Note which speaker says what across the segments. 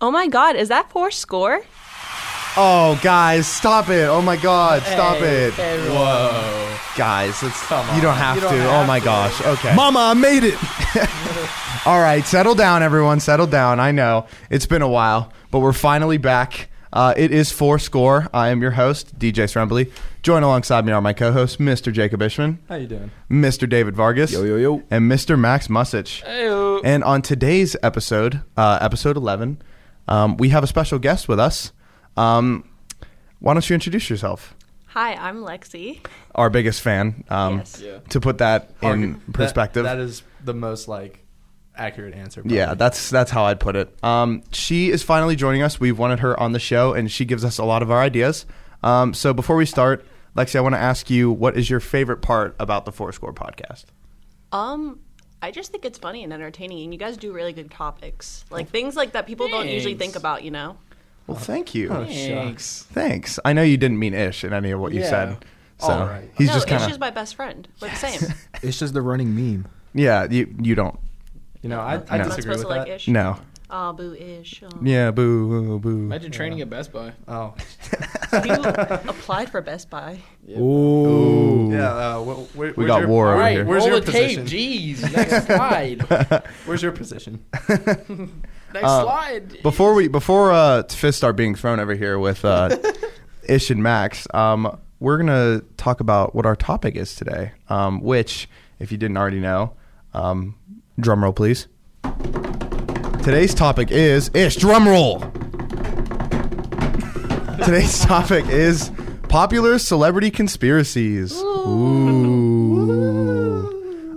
Speaker 1: Oh my god, is that four score?
Speaker 2: Oh, guys, stop it! Oh my God, stop
Speaker 3: Hey,
Speaker 2: it,
Speaker 3: everyone.
Speaker 4: Whoa.
Speaker 2: guys! It's,
Speaker 4: Come
Speaker 2: you
Speaker 4: on.
Speaker 2: don't have
Speaker 3: You don't
Speaker 2: to. oh
Speaker 3: have
Speaker 2: my
Speaker 3: to.
Speaker 2: gosh. Okay.
Speaker 4: Mama, I made it.
Speaker 2: All right, settle down, everyone. Settle down. I know it's been a while, but we're finally back. Uh, it is four score. I am your host, DJ Srembly. Join alongside me are my co-hosts, Mr. Jacob Ishman,
Speaker 4: How you doing?
Speaker 2: Mr. David Vargas,
Speaker 4: yo.
Speaker 2: and Mr. Max Musich.
Speaker 3: Ayo.
Speaker 2: And on today's episode, uh, episode 11, um, we have a special guest with us. Um, why don't you introduce yourself?
Speaker 1: Hi, I'm Lexi.
Speaker 2: Our biggest fan. Um,
Speaker 1: Yes.
Speaker 3: Yeah.
Speaker 2: To put that in
Speaker 4: That-
Speaker 2: perspective.
Speaker 4: that is the most like accurate answer.
Speaker 2: yeah,
Speaker 4: probably.
Speaker 2: that's that's how I'd put it. Um, she is finally joining us. We've wanted her on the show, and she gives us a lot of our ideas. Um, so before we start, Lexi, I want to ask you, what is your favorite part about the Four Score podcast?
Speaker 1: Um, I just think it's funny and entertaining, and you guys do really good topics, like things like that people don't usually
Speaker 3: Thanks.
Speaker 1: think about. You know,
Speaker 2: Well, thank you.
Speaker 4: Shucks.
Speaker 2: Thanks. I know you didn't mean ish in any of what you
Speaker 4: Yeah.
Speaker 2: said. So
Speaker 4: All right.
Speaker 2: he's
Speaker 1: no,
Speaker 2: just kind
Speaker 1: it's
Speaker 2: of
Speaker 1: just my best friend. We're the same.
Speaker 5: It's just the running meme.
Speaker 2: Yeah, you you don't.
Speaker 4: You know, I, I
Speaker 2: No.
Speaker 1: I'm not
Speaker 4: disagree
Speaker 1: supposed
Speaker 4: with
Speaker 1: to like
Speaker 4: that.
Speaker 1: ish.
Speaker 2: No.
Speaker 1: Ah, boo ish. Oh.
Speaker 2: Yeah, boo, boo.
Speaker 3: Imagine training at Best Buy.
Speaker 4: Oh,
Speaker 1: You applied for Boo-ish. Best Buy.
Speaker 2: Ooh.
Speaker 4: yeah. Uh, wh- wh- where's
Speaker 2: got
Speaker 4: your,
Speaker 2: war over
Speaker 4: All right,
Speaker 2: here.
Speaker 4: Where's
Speaker 3: Roll
Speaker 4: your
Speaker 3: the
Speaker 4: position?
Speaker 3: tape. Jeez. Next slide.
Speaker 4: Where's your position?
Speaker 3: Next slide.
Speaker 2: Before we before uh fists start being thrown over here with uh Ish and Max, um we're going to talk about what our topic is today. Um which if you didn't already know, um drum roll please. Today's topic is Ish drum roll. Today's topic is popular celebrity conspiracies. Ooh.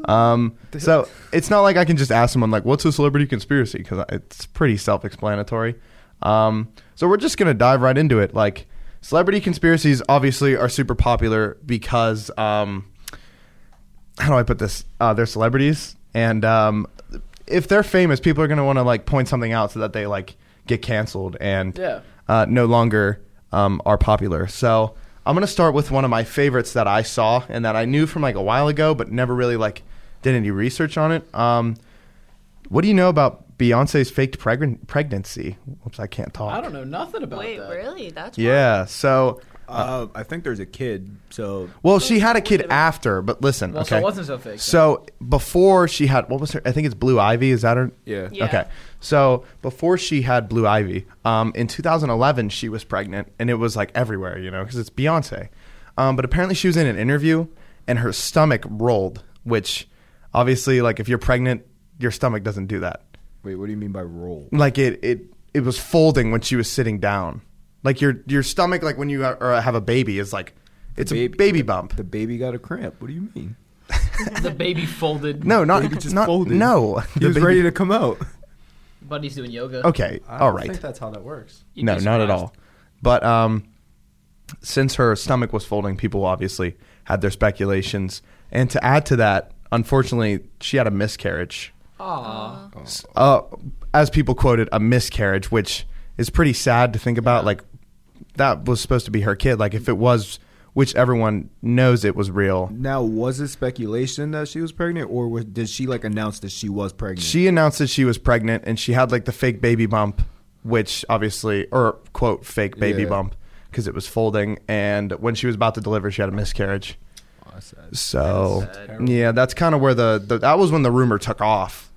Speaker 2: Um, so it's not like I can just ask someone like, "What's a celebrity conspiracy?" Because it's pretty self-explanatory. Um, so we're just gonna dive right into it. Like, celebrity conspiracies obviously are super popular because um, how do I put this? Uh, they're celebrities, and um, if they're famous, people are going to want to like point something out so that they like get canceled and
Speaker 3: Yeah.
Speaker 2: uh, no longer um, are popular. So I'm going to start with one of my favorites that I saw and that I knew from like a while ago, but never really like did any research on it. Um, what do you know about Beyonce's faked pregn- pregnancy? Oops, I can't talk.
Speaker 3: I don't know nothing about
Speaker 1: Wait,
Speaker 3: that.
Speaker 1: really? That's why-
Speaker 2: Yeah, so
Speaker 5: Uh, I think there's a kid. So
Speaker 2: well, she had a kid after, but listen,
Speaker 3: Well,
Speaker 2: okay.
Speaker 3: so it wasn't so fake. then.
Speaker 2: So Oh, before she had what was her? I think it's Blue Ivy. Is that her?
Speaker 5: yeah,
Speaker 1: Yeah.
Speaker 2: Okay. So before she had Blue Ivy, um, in 2011 she was pregnant, and it was like everywhere, you know, because it's Beyonce. Um, but apparently she was in an interview, and her stomach rolled, which obviously, like if you're pregnant, your stomach doesn't do that.
Speaker 5: Wait, what do you mean by roll?
Speaker 2: Like it, it, it was folding when she was sitting down. Like your your stomach, like when you are, or have a baby, is like it's a baby bump.
Speaker 5: The baby got a cramp. What do you mean?
Speaker 3: the baby folded.
Speaker 2: no, not not no.
Speaker 5: He
Speaker 2: The
Speaker 5: was
Speaker 2: baby-
Speaker 5: ready to come out.
Speaker 3: Buddy's doing yoga.
Speaker 2: Okay,
Speaker 4: I
Speaker 2: all
Speaker 4: don't
Speaker 2: right.
Speaker 4: think that's how that works.
Speaker 3: You'd
Speaker 2: no,
Speaker 3: be
Speaker 2: not at
Speaker 3: surprised.
Speaker 2: all. But um, since her stomach was folding, people obviously had their speculations. And to add to that, unfortunately, she had a miscarriage.
Speaker 3: Aw.
Speaker 4: Oh.
Speaker 2: S- Uh, as people quoted, a miscarriage, which is pretty sad to think about. Like, that was supposed to be her kid. Like, if it was, which everyone knows it was real.
Speaker 5: Now, was it speculation that she was pregnant, or was, did she like announce that she was pregnant?
Speaker 2: She announced that she was pregnant and she had like the fake baby bump, which obviously, or quote, fake baby
Speaker 5: Yeah.
Speaker 2: bump because it was folding. And when she was about to deliver, she had a miscarriage. So
Speaker 3: That's
Speaker 2: yeah, that's kind of where the, the that was when the rumor took off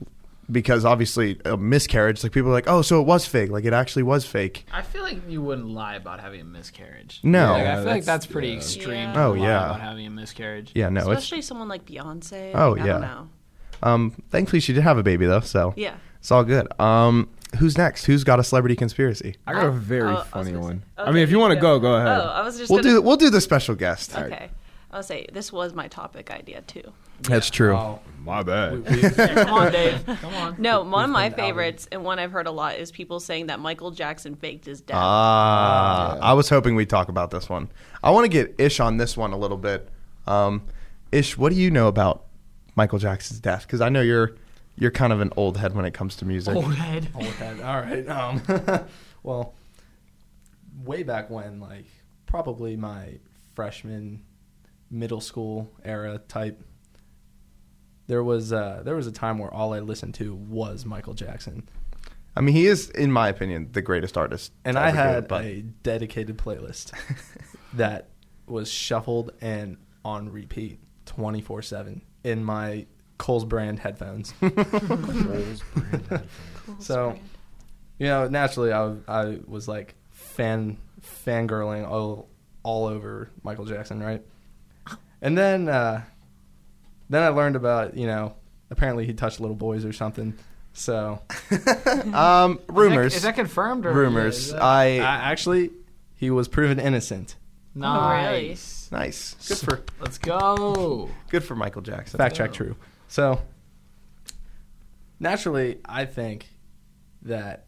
Speaker 2: because obviously a miscarriage. Like people are like, oh, so it was fake. Like it actually was fake.
Speaker 3: I feel like you wouldn't lie about having a miscarriage.
Speaker 2: No.
Speaker 3: Like, I
Speaker 5: Yeah,
Speaker 3: feel like
Speaker 5: that's-
Speaker 3: that's pretty
Speaker 5: yeah.
Speaker 3: extreme.
Speaker 1: Yeah.
Speaker 3: to
Speaker 2: Oh,
Speaker 3: lie
Speaker 2: yeah.
Speaker 3: About having a miscarriage.
Speaker 2: Yeah, no, it's
Speaker 1: Especially someone like Beyonce.
Speaker 2: Oh,
Speaker 1: like, I
Speaker 2: yeah.
Speaker 1: don't know.
Speaker 2: um. Thankfully, she did have a baby though, so
Speaker 1: Yeah.
Speaker 2: it's all good. Um, who's next? Who's got a celebrity conspiracy?
Speaker 5: I got a very
Speaker 1: Oh, I was
Speaker 5: funny
Speaker 1: gonna say-
Speaker 5: one. I
Speaker 1: okay,
Speaker 5: mean, if you want to go, go ahead.
Speaker 1: Oh, I was just.
Speaker 2: We'll
Speaker 1: gonna,
Speaker 2: do we'll do the special guest.
Speaker 1: Okay. I'll say this was my topic idea too.
Speaker 2: That's true.
Speaker 4: Oh,
Speaker 5: My
Speaker 4: we,
Speaker 5: bad.
Speaker 4: we,
Speaker 3: Come on, Dave. Come on.
Speaker 1: No, one of my
Speaker 4: been outed.
Speaker 1: favorites and one I've heard a lot is people saying that Michael Jackson faked his death.
Speaker 2: Ah,
Speaker 5: Yeah.
Speaker 2: I was hoping we'd talk about this one. I want to get Ish on this one a little bit. Um, Ish, what do you know about Michael Jackson's death? Because I know you're you're kind of an old head when it comes to music.
Speaker 3: Old head.
Speaker 4: Old head. All right. Um, well, way back when, like probably my freshman, middle school era type. There was uh, there was a time where all I listened to was Michael Jackson,
Speaker 2: I mean, he is, in my opinion, the greatest artist.
Speaker 4: And
Speaker 2: to
Speaker 4: I
Speaker 2: ever do it,
Speaker 4: had
Speaker 2: but
Speaker 4: a dedicated playlist that was shuffled and on repeat 24 7 in my Coles brand headphones. so, you know, naturally, I, w- I was like fan fangirling all, all over Michael Jackson, right? And then, uh, then I learned about, you know, apparently he touched little boys or something. So,
Speaker 2: um, rumors.
Speaker 3: Is that confirmed or
Speaker 2: rumors.
Speaker 3: Yeah, is that- Ah.
Speaker 2: I
Speaker 4: I, actually, he was proven innocent.
Speaker 1: Oh, really?
Speaker 3: Nice.
Speaker 2: nice. Good for
Speaker 3: Let's go.
Speaker 2: good for Michael Jackson.
Speaker 4: Fact check true. So naturally, I think that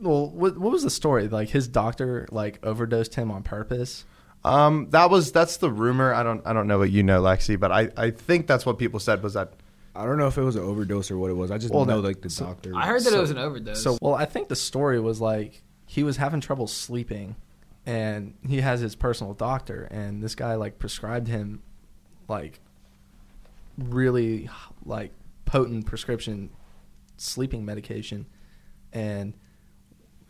Speaker 4: well, what, what was the story? Like his doctor like overdosed him on purpose.
Speaker 2: Um, that was that's the rumor. I don't I don't know what you know, Lexi, but I I think that's what people said was that
Speaker 5: I don't know if it was an overdose or what it was. I just
Speaker 4: Well,
Speaker 5: know
Speaker 4: no.
Speaker 5: like the
Speaker 4: So-
Speaker 5: doctor.
Speaker 3: I heard that
Speaker 4: So-
Speaker 3: it was an overdose.
Speaker 4: So well, I think the story was like he was having trouble sleeping, and he has his personal doctor, and this guy like prescribed him like really like potent prescription sleeping medication, and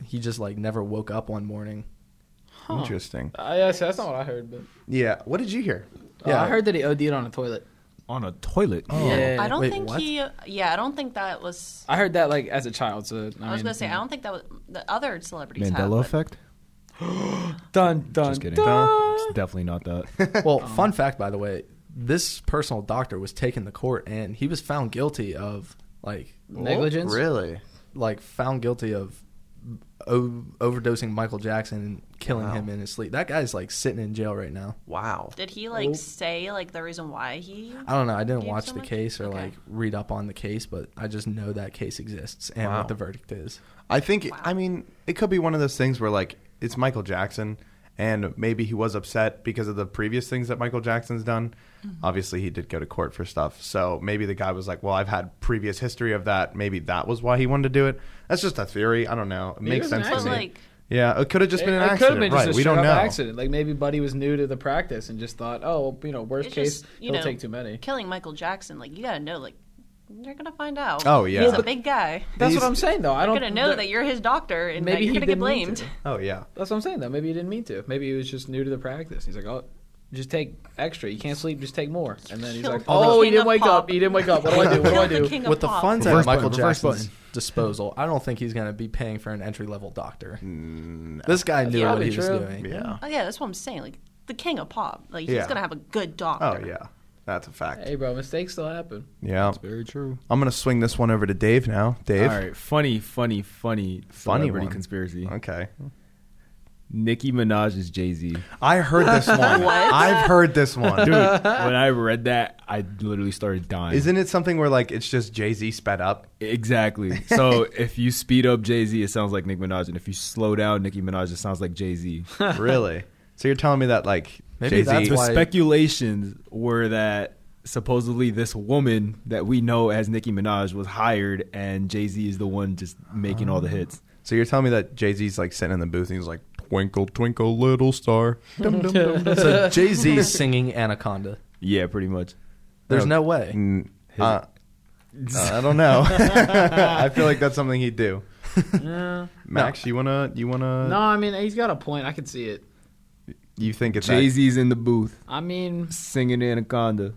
Speaker 4: he just like never woke up one morning.
Speaker 2: interesting.
Speaker 3: Uh, yeah, so that's not what I heard, but uh,
Speaker 2: Yeah. What did you hear?
Speaker 4: Yeah.
Speaker 3: I heard that he OD'd on a toilet.
Speaker 5: on a toilet. Oh.
Speaker 3: eh,
Speaker 1: I don't
Speaker 4: Wait,
Speaker 1: think
Speaker 4: what?
Speaker 1: he. Yeah, I don't think that was.
Speaker 3: I heard that like as a child. So I,
Speaker 1: I, was gonna say I don't think that was the other celebrities. have,
Speaker 5: Mandela
Speaker 1: but-
Speaker 5: effect.
Speaker 3: Dun dun.
Speaker 5: Just kidding. It's definitely not that.
Speaker 4: Well, fun fact, by the way, this personal doctor was taken to court and he was found guilty of like
Speaker 5: Oh,
Speaker 3: Negligence.
Speaker 2: Really?
Speaker 4: like found guilty of o- overdosing Michael Jackson and killing him in his sleep. That guy's like sitting in jail right now.
Speaker 2: Wow.
Speaker 1: Did he like say like the reason why he?
Speaker 4: I don't know. I didn't
Speaker 1: Gave
Speaker 4: watch
Speaker 1: so
Speaker 4: the
Speaker 1: much?
Speaker 4: case or
Speaker 1: Okay.
Speaker 4: like read up on the case, but I just know that case exists and
Speaker 2: Wow.
Speaker 4: what the verdict is.
Speaker 2: I think I mean it could be one of those things where like it's Michael Jackson and maybe he was upset because of the previous things that Michael Jackson's done.
Speaker 3: Mm-hmm.
Speaker 2: Obviously he did go to court for stuff. So maybe the guy was like, "Well, I've had previous history of that. Maybe that was why he wanted to do it." That's just a theory. I don't know. It makes
Speaker 3: was an
Speaker 2: sense
Speaker 1: But
Speaker 2: to me.
Speaker 1: like,
Speaker 2: yeah, it could have just
Speaker 3: It,
Speaker 2: been an
Speaker 3: it could
Speaker 2: accident.
Speaker 3: have been
Speaker 2: right.
Speaker 3: just a
Speaker 2: we
Speaker 3: straight
Speaker 2: don't know.
Speaker 3: up accident. Like maybe Buddy was new to the practice and just thought, oh, well, you know, worst
Speaker 1: it's
Speaker 3: case,
Speaker 1: just you
Speaker 3: he'll
Speaker 1: know,
Speaker 3: take too many.
Speaker 1: Killing Michael Jackson, like you gotta know, like they're gonna find out.
Speaker 2: Oh, yeah.
Speaker 1: he's
Speaker 2: Yeah,
Speaker 1: a
Speaker 2: but-
Speaker 1: big guy.
Speaker 3: That's
Speaker 2: He's-
Speaker 3: what I'm saying, though. I
Speaker 1: You're gonna
Speaker 3: don't
Speaker 1: know that you're his doctor, and that
Speaker 3: maybe
Speaker 1: you're
Speaker 3: he
Speaker 1: gonna get
Speaker 3: didn't mean
Speaker 1: blamed.
Speaker 3: to.
Speaker 2: Oh yeah.
Speaker 3: That's what I'm saying, though. Maybe he didn't mean to. Maybe he was just new to the practice. He's like, oh, just take extra. You can't sleep, just take more. And then he's like,
Speaker 1: Killed the
Speaker 3: oh, he
Speaker 1: king
Speaker 3: didn't
Speaker 1: of
Speaker 3: wake
Speaker 1: pop.
Speaker 3: up. He didn't wake up. What do I do? What do I
Speaker 1: Killed the
Speaker 3: do?
Speaker 1: king of
Speaker 4: With the
Speaker 1: pop.
Speaker 4: funds
Speaker 5: Reverse
Speaker 4: at Michael
Speaker 5: button, reverse
Speaker 4: Jackson's disposal, I don't think he's going to be paying for an entry level doctor. This guy knew
Speaker 3: Yeah,
Speaker 4: what he
Speaker 3: true.
Speaker 4: was doing.
Speaker 2: Yeah.
Speaker 1: Oh yeah, that's what I'm saying. Like the king of pop, like he's
Speaker 2: Yeah.
Speaker 1: gonna have a good
Speaker 2: Oh
Speaker 1: doctor.
Speaker 2: yeah. That's a fact.
Speaker 3: Hey, bro, mistakes still happen.
Speaker 2: Yeah.
Speaker 5: Very true.
Speaker 2: I'm going to swing this one over to Dave now. Dave.
Speaker 5: All right, funny, funny, funny,
Speaker 2: Funny
Speaker 5: celebrity
Speaker 2: one.
Speaker 5: conspiracy.
Speaker 2: Okay.
Speaker 5: Nicki Minaj is Jay Z.
Speaker 2: I heard this one. I've heard this one.
Speaker 5: Dude, when I read that, I literally started dying.
Speaker 2: Isn't it something where like it's just Jay Z sped up?
Speaker 5: Exactly. So if you speed up Jay Z, it sounds like Nicki Minaj, and if you slow down Nicki Minaj, it sounds like Jay Z.
Speaker 2: really? So you're telling me that like
Speaker 4: Maybe
Speaker 2: Jay
Speaker 4: that's
Speaker 2: Z?
Speaker 5: The
Speaker 4: why-
Speaker 5: speculations were that supposedly this woman that we know as Nicki Minaj was hired, and Jay Z is the one just making all the hits.
Speaker 2: So you're telling me that Jay Z's like sitting in the booth and he's like, "Twinkle, twinkle, little star." Dum, dum, dum, dum.
Speaker 4: So Jay Z singing Anaconda.
Speaker 5: Yeah, pretty much.
Speaker 4: There's no way.
Speaker 2: Mm, uh, uh, I don't know. I feel like that's something he'd do.
Speaker 3: Uh,
Speaker 2: Max, you wanna? You wanna?
Speaker 3: No, I mean, he's got a point. I can see it.
Speaker 2: You think it's
Speaker 5: Jay Z's in the booth
Speaker 3: I mean,
Speaker 5: singing Anaconda.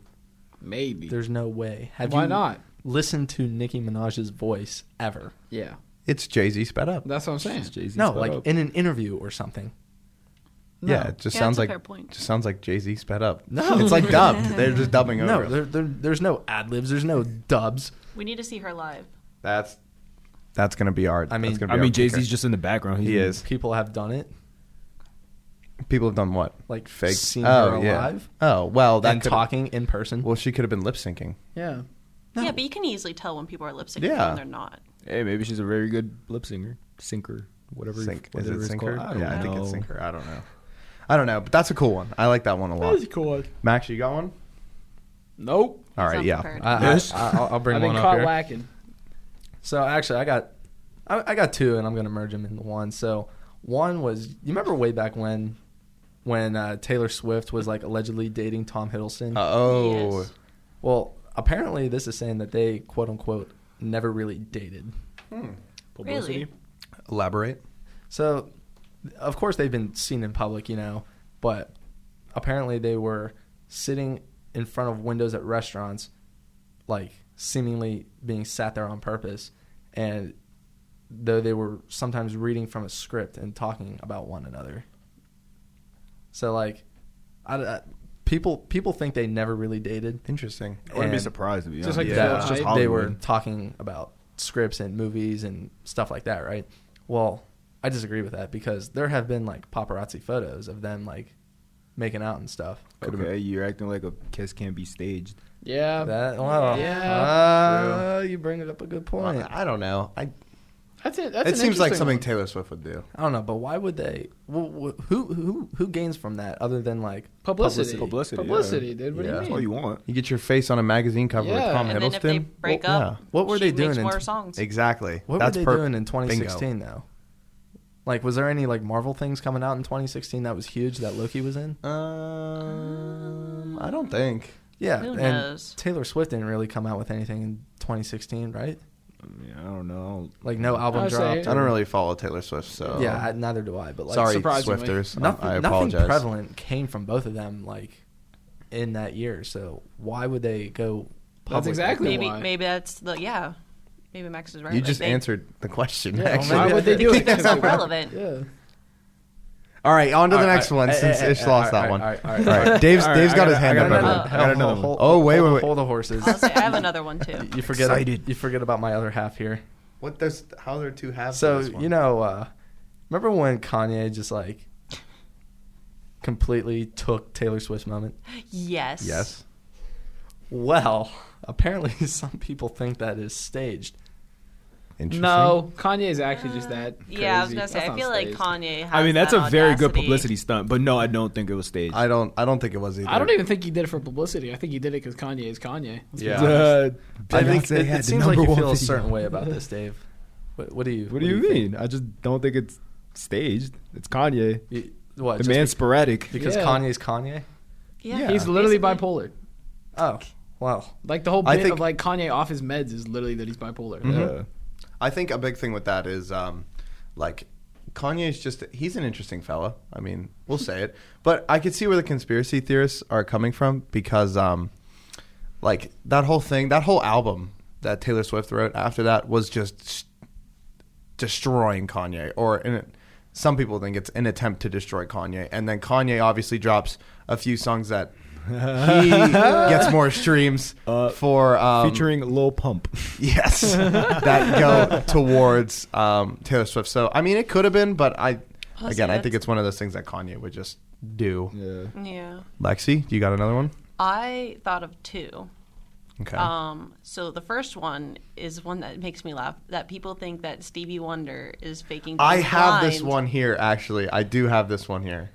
Speaker 3: maybe.
Speaker 4: There's no way. Have
Speaker 3: Why
Speaker 4: you
Speaker 3: not?
Speaker 4: listened to Nicki Minaj's voice ever?
Speaker 3: Yeah,
Speaker 2: that- it's Jay Z sped up?
Speaker 3: that's what I'm saying.
Speaker 5: Jay Z.
Speaker 4: No, like in an interview or something.
Speaker 2: Yeah, it just
Speaker 1: Yeah,
Speaker 2: sounds
Speaker 1: that's a
Speaker 2: like
Speaker 1: fair point.
Speaker 2: just sounds like Jay Z sped up.
Speaker 4: No.
Speaker 2: it's like dubbed. They're just dubbing over.
Speaker 4: No,
Speaker 2: it.
Speaker 4: there, there, there's no ad libs. There's no dubs.
Speaker 1: We need to see her live.
Speaker 2: That's that's gonna be our.
Speaker 4: I mean-
Speaker 2: that's gonna be
Speaker 5: I
Speaker 2: our
Speaker 5: mean, Jay Z's
Speaker 2: picture.
Speaker 5: just in the background. He's
Speaker 2: He is.
Speaker 4: People have done it.
Speaker 2: People have done what?
Speaker 4: Like
Speaker 2: Fake.
Speaker 4: seen her alive
Speaker 2: Oh well, that
Speaker 4: and
Speaker 2: could-
Speaker 4: talking in person.
Speaker 2: Well, she could have been lip syncing.
Speaker 3: Yeah.
Speaker 1: Yeah, but you can easily tell when people are lip syncing
Speaker 2: Yeah.
Speaker 1: when they're not.
Speaker 5: Hey, maybe she's a very good lip singer, sinker, whatever.
Speaker 2: Sink. Is
Speaker 5: whatever
Speaker 2: it
Speaker 5: it's
Speaker 2: sinker?
Speaker 5: called. I don't
Speaker 2: yeah, I think
Speaker 5: know.
Speaker 2: it's sinker. I don't know. I don't know, but that's a cool one. I like that one a lot.
Speaker 3: cool.
Speaker 2: Max, you got one?
Speaker 3: Nope.
Speaker 2: All right,
Speaker 1: not
Speaker 2: yeah.
Speaker 1: prepared.
Speaker 4: I,
Speaker 5: Yes.
Speaker 4: will bring
Speaker 3: I've been
Speaker 4: one up
Speaker 3: caught
Speaker 4: here.
Speaker 3: lacking.
Speaker 4: So actually, I got, I, I got two, and I'm gonna merge them into one. So one was, you remember way back when, when uh, Taylor Swift was like allegedly dating Tom Hiddleston.
Speaker 2: oh,
Speaker 1: Yes.
Speaker 4: Well, apparently this is saying that they quote unquote never really dated.
Speaker 5: Publicity.
Speaker 1: Really?
Speaker 2: Elaborate.
Speaker 4: So, of course, they've been seen in public, you know, but apparently they were sitting in front of windows at restaurants, like seemingly being sat there on purpose. And though they were sometimes reading from a script and talking about one another. So, like, I, I- people people think they never really dated.
Speaker 2: Interesting.
Speaker 5: I wouldn't be
Speaker 4: And-
Speaker 5: surprised to be
Speaker 3: Just
Speaker 5: honest.
Speaker 3: like
Speaker 5: yeah,
Speaker 3: the
Speaker 5: it's just
Speaker 3: hype.
Speaker 4: they were
Speaker 5: Hollywood.
Speaker 4: talking about scripts and movies and stuff like that, right? Well, I disagree with that because there have been like paparazzi photos of them like making out and stuff.
Speaker 5: Okay, you're acting like a kiss can't be staged.
Speaker 3: Yeah.
Speaker 4: That, well,
Speaker 3: Yeah.
Speaker 4: uh, you bring it up a good
Speaker 2: Well,
Speaker 4: point.
Speaker 2: I I don't know. I,
Speaker 3: That's it. That's
Speaker 2: it
Speaker 3: an
Speaker 2: seems like
Speaker 3: interesting
Speaker 2: something
Speaker 3: one.
Speaker 2: Taylor Swift would do.
Speaker 4: I don't know, but why would they? Who who who, who gains from that other than like
Speaker 3: publicity.
Speaker 5: Publicity, yeah.
Speaker 3: Publicity, dude. What
Speaker 2: Yeah.
Speaker 5: That's
Speaker 3: do you
Speaker 5: all
Speaker 3: mean?
Speaker 5: you want.
Speaker 2: You get your face on a magazine cover
Speaker 3: Yeah.
Speaker 2: with Tom
Speaker 1: And
Speaker 2: Hiddleston.
Speaker 1: then if they break
Speaker 2: Well,
Speaker 1: up,
Speaker 2: yeah.
Speaker 4: What were
Speaker 1: she
Speaker 4: they doing
Speaker 1: Makes
Speaker 4: in
Speaker 1: more
Speaker 4: t-
Speaker 1: songs.
Speaker 2: Exactly.
Speaker 4: What
Speaker 2: That's
Speaker 4: were they
Speaker 2: per-
Speaker 4: doing in
Speaker 2: bingo.
Speaker 4: 2016 though? Like, was there any like Marvel things coming out in 2016 that was huge that Loki was in?
Speaker 2: Um, I don't think.
Speaker 4: Yeah,
Speaker 1: Who
Speaker 4: and
Speaker 1: knows?
Speaker 4: Taylor Swift didn't really come out with anything in 2016, right?
Speaker 5: I, mean, I don't know.
Speaker 4: Like
Speaker 2: Mm,
Speaker 4: no album
Speaker 3: I say-
Speaker 4: dropped.
Speaker 2: I don't really follow Taylor Swift, so
Speaker 4: yeah, I, neither do I. But like,
Speaker 2: Oh. Sorry,
Speaker 3: surprisingly.
Speaker 2: Swifters. Um,
Speaker 4: nothing,
Speaker 2: I
Speaker 4: nothing
Speaker 2: apologize.
Speaker 4: prevalent came from both of them like in that year. So why would they go? Public
Speaker 3: exactly
Speaker 4: Like
Speaker 1: Maybe
Speaker 3: Why?
Speaker 1: maybe that's the yeah. Maybe Max is right.
Speaker 2: You
Speaker 1: Like,
Speaker 2: just
Speaker 1: they-
Speaker 2: answered the question.
Speaker 4: Yeah, well,
Speaker 2: actually,
Speaker 3: Why
Speaker 4: maybe
Speaker 3: would they do it?
Speaker 1: It's not relevant.
Speaker 4: that? Yeah.
Speaker 2: All right, on to the
Speaker 4: All right,
Speaker 2: next
Speaker 4: all
Speaker 2: one
Speaker 4: right,
Speaker 2: since
Speaker 4: all right,
Speaker 2: Ish
Speaker 4: all right,
Speaker 2: lost that
Speaker 4: all right,
Speaker 2: one.
Speaker 4: all
Speaker 2: All
Speaker 4: right, all right, all
Speaker 2: right,
Speaker 4: right.
Speaker 2: Dave's
Speaker 5: All right,
Speaker 2: Dave's
Speaker 5: I
Speaker 2: got
Speaker 5: got-
Speaker 2: his hand
Speaker 5: I
Speaker 2: up.
Speaker 5: got
Speaker 2: by the way.
Speaker 1: another-
Speaker 2: I got another
Speaker 4: Hold-
Speaker 2: one. Oh wait,
Speaker 4: hold-
Speaker 2: wait, wait.
Speaker 4: Hold the horses.
Speaker 1: I'll say I have another one too.
Speaker 4: You forget.
Speaker 5: Excited.
Speaker 4: You forget about my other half here.
Speaker 2: What does how there are two halves?
Speaker 4: So you know, uh, remember when Kanye just like completely took Taylor Swift's moment?
Speaker 1: Yes.
Speaker 2: Yes.
Speaker 4: Well, apparently some people think that is staged.
Speaker 2: Interesting.
Speaker 3: No, Kanye is actually just that. Crazy.
Speaker 1: Uh, Yeah, I was gonna say.
Speaker 3: That's
Speaker 1: I
Speaker 3: not
Speaker 1: feel
Speaker 3: staged.
Speaker 1: like Kanye. Has
Speaker 5: I mean, that's a
Speaker 1: that
Speaker 5: very good
Speaker 1: audacity.
Speaker 5: publicity stunt, but no, I don't think it was staged.
Speaker 2: I don't. I don't think it was either.
Speaker 3: I don't even think he did it for publicity. I think he did it because Kanye is Kanye. Let's be
Speaker 2: Yeah.
Speaker 3: honest.
Speaker 4: I think it, it seems like you feel a certain way about this, Dave. What, what do you?
Speaker 5: What do you
Speaker 4: think?
Speaker 5: mean? I just don't think it's staged. It's Kanye.
Speaker 4: You- what?
Speaker 5: The
Speaker 4: just
Speaker 5: man's
Speaker 4: be-
Speaker 5: sporadic.
Speaker 4: because
Speaker 3: Yeah.
Speaker 4: Kanye's Kanye.
Speaker 1: Yeah.
Speaker 5: Yeah.
Speaker 3: He's literally
Speaker 1: Basically.
Speaker 3: bipolar.
Speaker 4: Oh, well,
Speaker 3: Like the whole
Speaker 2: I
Speaker 3: bit
Speaker 2: think-
Speaker 3: of like Kanye off his meds is literally that he's bipolar.
Speaker 5: Yeah.
Speaker 2: I think a big thing with that is um, like Kanye's just he's an interesting fella. I mean, we'll say it, but I could see where the conspiracy theorists are coming from because um, like that whole thing, that whole album that Taylor Swift wrote after that was just s- destroying Kanye or in some people think it's an attempt to destroy Kanye and then Kanye obviously drops a few songs that he gets more streams
Speaker 5: Uh,
Speaker 2: for um,
Speaker 5: Featuring Lil Pump.
Speaker 2: Yes, that go towards um, Taylor Swift. So I mean, it could have been, but I
Speaker 1: Plus,
Speaker 2: again, I think
Speaker 1: that's-
Speaker 2: it's one of those things that Kanye would just do.
Speaker 5: yeah.
Speaker 1: Yeah.
Speaker 2: Lexi, you got another one?
Speaker 1: I thought of two.
Speaker 2: Okay.
Speaker 1: Um, so the first one is one that makes me laugh. That people think that Stevie Wonder is faking.
Speaker 2: I
Speaker 1: being
Speaker 2: have this
Speaker 1: blind.
Speaker 2: one here. Actually, I do have this one here.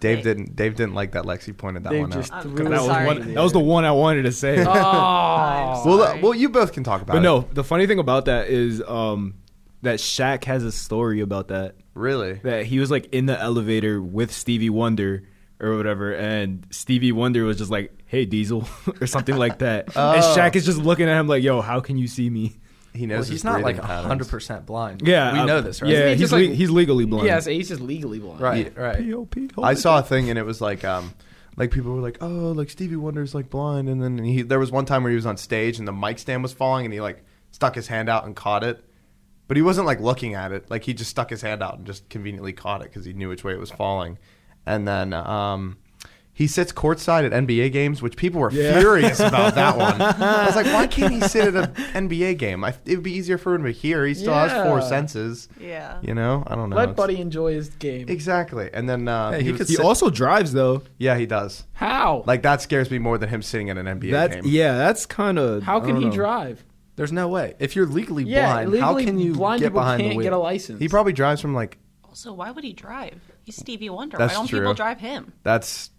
Speaker 2: Dave
Speaker 1: Hey.
Speaker 2: didn't. Dave didn't like that. Lexi pointed that
Speaker 3: Dave
Speaker 2: one
Speaker 3: just
Speaker 2: out.
Speaker 1: I'm
Speaker 3: threw
Speaker 1: That
Speaker 5: That
Speaker 3: it.
Speaker 5: was,
Speaker 1: Sorry.
Speaker 5: one, that was the one I wanted to say.
Speaker 3: Oh.
Speaker 2: Well,
Speaker 1: Sorry.
Speaker 2: uh, well, you both can talk about
Speaker 5: but
Speaker 2: it.
Speaker 5: no, the funny thing about that is um, that Shaq has a story about that.
Speaker 2: really.
Speaker 5: That he was like in the elevator with Stevie Wonder or whatever, and Stevie Wonder was just like, "Hey, Diesel," or something like that. And
Speaker 2: Oh.
Speaker 5: Shaq is just looking at him like, "Yo, how can you see me?"
Speaker 2: He knows.
Speaker 4: well
Speaker 2: his
Speaker 4: he's not like
Speaker 2: breathing patterns.
Speaker 4: hundred percent blind.
Speaker 5: Yeah,
Speaker 4: we
Speaker 5: uh,
Speaker 4: know this, right?
Speaker 5: Yeah,
Speaker 3: He's
Speaker 5: he's
Speaker 3: just
Speaker 5: le-
Speaker 3: like-
Speaker 5: he's legally blind.
Speaker 3: Yeah, so he's just legally blind.
Speaker 4: right, right.
Speaker 5: P.O.P.
Speaker 2: I saw a thing and it was like um like people were like, "Oh, like Stevie Wonder's like blind." And then he there was one time where he was on stage and the mic stand was falling and he like stuck his hand out and caught it. But he wasn't like looking at it. Like he just stuck his hand out and just conveniently caught it cuz he knew which way it was falling. And then um he sits courtside at NBA games, which people were
Speaker 5: Yeah.
Speaker 2: furious about that one. I was like, why can't he sit at an NBA game? I, it would be easier for him to hear. He still has four
Speaker 3: Yeah.
Speaker 2: senses.
Speaker 1: Yeah.
Speaker 2: You know, I don't know.
Speaker 3: Let
Speaker 2: It's-
Speaker 3: Buddy enjoy his game.
Speaker 2: Exactly. And then um,
Speaker 4: Hey, he could
Speaker 5: He also drives though.
Speaker 2: yeah, he does.
Speaker 3: How?
Speaker 2: Like that scares me more than him sitting at an NBA
Speaker 5: That's
Speaker 2: game.
Speaker 5: yeah. That's kind of
Speaker 3: how can he drive?
Speaker 4: There's no way. If you're legally
Speaker 3: Yeah,
Speaker 4: blind,
Speaker 3: legally
Speaker 4: how can you
Speaker 3: blind
Speaker 4: get
Speaker 3: people
Speaker 4: behind
Speaker 3: can't
Speaker 4: the wheel?
Speaker 3: get a license.
Speaker 2: He probably drives from like
Speaker 5: Oh.
Speaker 1: Also, why would he drive? He's Stevie Wonder.
Speaker 2: That's
Speaker 1: why don't
Speaker 2: true.
Speaker 1: people drive him?
Speaker 2: that's.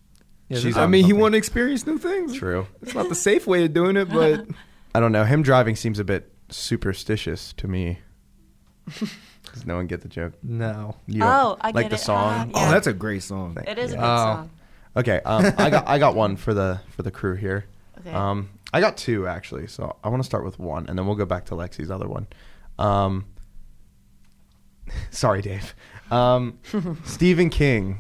Speaker 4: Yeah,
Speaker 2: she's
Speaker 4: this-
Speaker 5: I
Speaker 2: on
Speaker 5: mean, he
Speaker 2: something.
Speaker 5: want to experience new things.
Speaker 2: True.
Speaker 5: It's not the safe way of doing it, but
Speaker 2: I don't know. Him driving seems a bit superstitious to me. Does no one get the joke?
Speaker 4: no.
Speaker 2: You don't
Speaker 1: Oh, I
Speaker 2: like
Speaker 1: get
Speaker 2: the
Speaker 1: it.
Speaker 2: song.
Speaker 1: Ah, yeah.
Speaker 5: Oh, a great song.
Speaker 2: Thank-
Speaker 1: It is
Speaker 4: Oh.
Speaker 1: a
Speaker 2: Okay, um, I got I got one for the for the crew here.
Speaker 1: Okay.
Speaker 2: Um, I got two actually, so I want to start with one, and then we'll go back to Lexi's other one. Um, Sorry, Dave. Um, Stephen King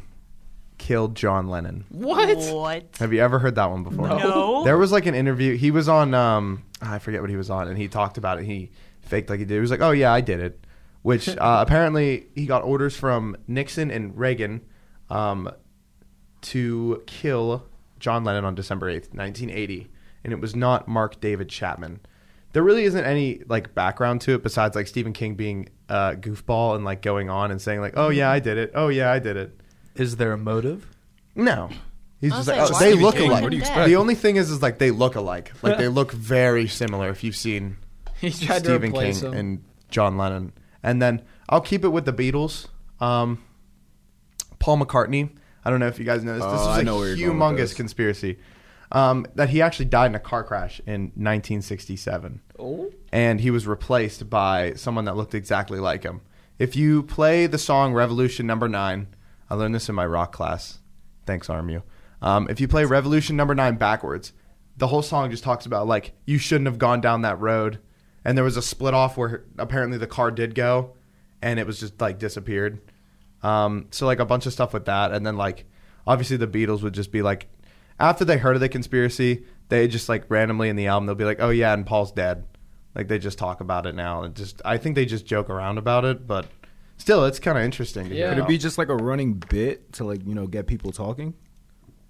Speaker 2: killed John Lennon.
Speaker 3: What?
Speaker 1: What?
Speaker 2: Have you ever heard that one before?
Speaker 1: No.
Speaker 2: There was like an interview. He was on. Um, I forget what he was on, and he talked about it. He faked like he did. He was like, "Oh yeah, I did it," which uh, apparently he got orders from Nixon and Reagan um, to kill John Lennon on December eighth, nineteen eighty, and it was not Mark David Chapman. There really isn't any like background to it besides like Stephen King being a goofball and like going on and saying like, "Oh yeah, I did it. Oh yeah, I did it."
Speaker 4: Is there a motive?
Speaker 2: No. He's
Speaker 1: I
Speaker 2: just
Speaker 1: was
Speaker 2: like,
Speaker 1: like,
Speaker 2: oh,
Speaker 1: why
Speaker 2: they
Speaker 1: would you
Speaker 2: look
Speaker 1: kill
Speaker 2: alike.
Speaker 1: him What do you dead? expect?
Speaker 2: The only thing is, is like they look alike. Like they look very similar. If you've seen
Speaker 3: He tried to
Speaker 2: Stephen King
Speaker 3: replace him.
Speaker 2: and John Lennon, and then I'll keep it with the Beatles. Um, Paul McCartney. I don't know if you guys know this. This
Speaker 5: Oh,
Speaker 2: was
Speaker 5: I
Speaker 2: a
Speaker 5: know where you're going with
Speaker 2: humongous
Speaker 5: this.
Speaker 2: conspiracy um, that he actually died in a car crash in 1967
Speaker 3: oh,
Speaker 2: and he was replaced by someone that looked exactly like him. If you play the song Revolution Number Nine, I learned this in my rock class. Thanks, RMU. Um, if you play Revolution Number Nine backwards, the whole song just talks about like you shouldn't have gone down that road, and there was a split off where apparently the car did go, and it was just like disappeared. Um, so like a bunch of stuff with that, and then like obviously the Beatles would just be like, after they heard of the conspiracy, they just like randomly in the album they'll be like, oh yeah, and Paul's dead. Like they just talk about it now. It just I think they just joke around about it, but still it's kind of interesting. To
Speaker 3: Yeah.
Speaker 2: hear
Speaker 5: Could
Speaker 2: about.
Speaker 5: it be just like a running bit to like you know get people talking?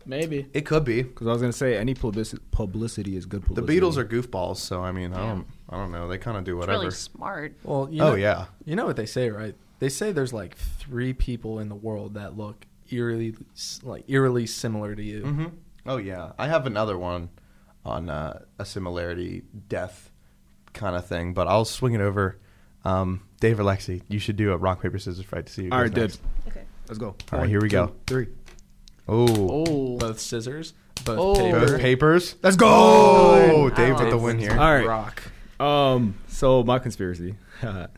Speaker 3: maybe.
Speaker 2: It could be.
Speaker 5: Because I was gonna say any publicity publicity is good
Speaker 2: The
Speaker 5: publicity.
Speaker 2: Beatles are goofballs, so I mean I don't I don't know. They kind of do
Speaker 1: It's
Speaker 2: whatever.
Speaker 1: really smart.
Speaker 4: Well, you
Speaker 2: oh
Speaker 4: know,
Speaker 2: yeah,
Speaker 4: You know what they say, right? They say there's like three people in the world that look eerily, like eerily similar to you.
Speaker 2: Mm-hmm. Oh yeah, I have another one on uh, a similarity death kind of thing, but I'll swing it over. Um, Dave or Lexi, you should do a rock paper scissors fight to see. who
Speaker 5: All right,
Speaker 2: goes next.
Speaker 5: Dibs.
Speaker 1: Okay.
Speaker 5: Let's go.
Speaker 2: All right, here we go.
Speaker 5: Three.
Speaker 2: Oh,
Speaker 3: Oh,
Speaker 4: Both scissors, both
Speaker 3: Oh.
Speaker 4: paper,
Speaker 2: both papers.
Speaker 5: Let's go.
Speaker 2: Oh,
Speaker 1: Good.
Speaker 2: Dave with
Speaker 1: Ow.
Speaker 2: the win here.
Speaker 5: All right.
Speaker 4: rock.
Speaker 5: Um. So my conspiracy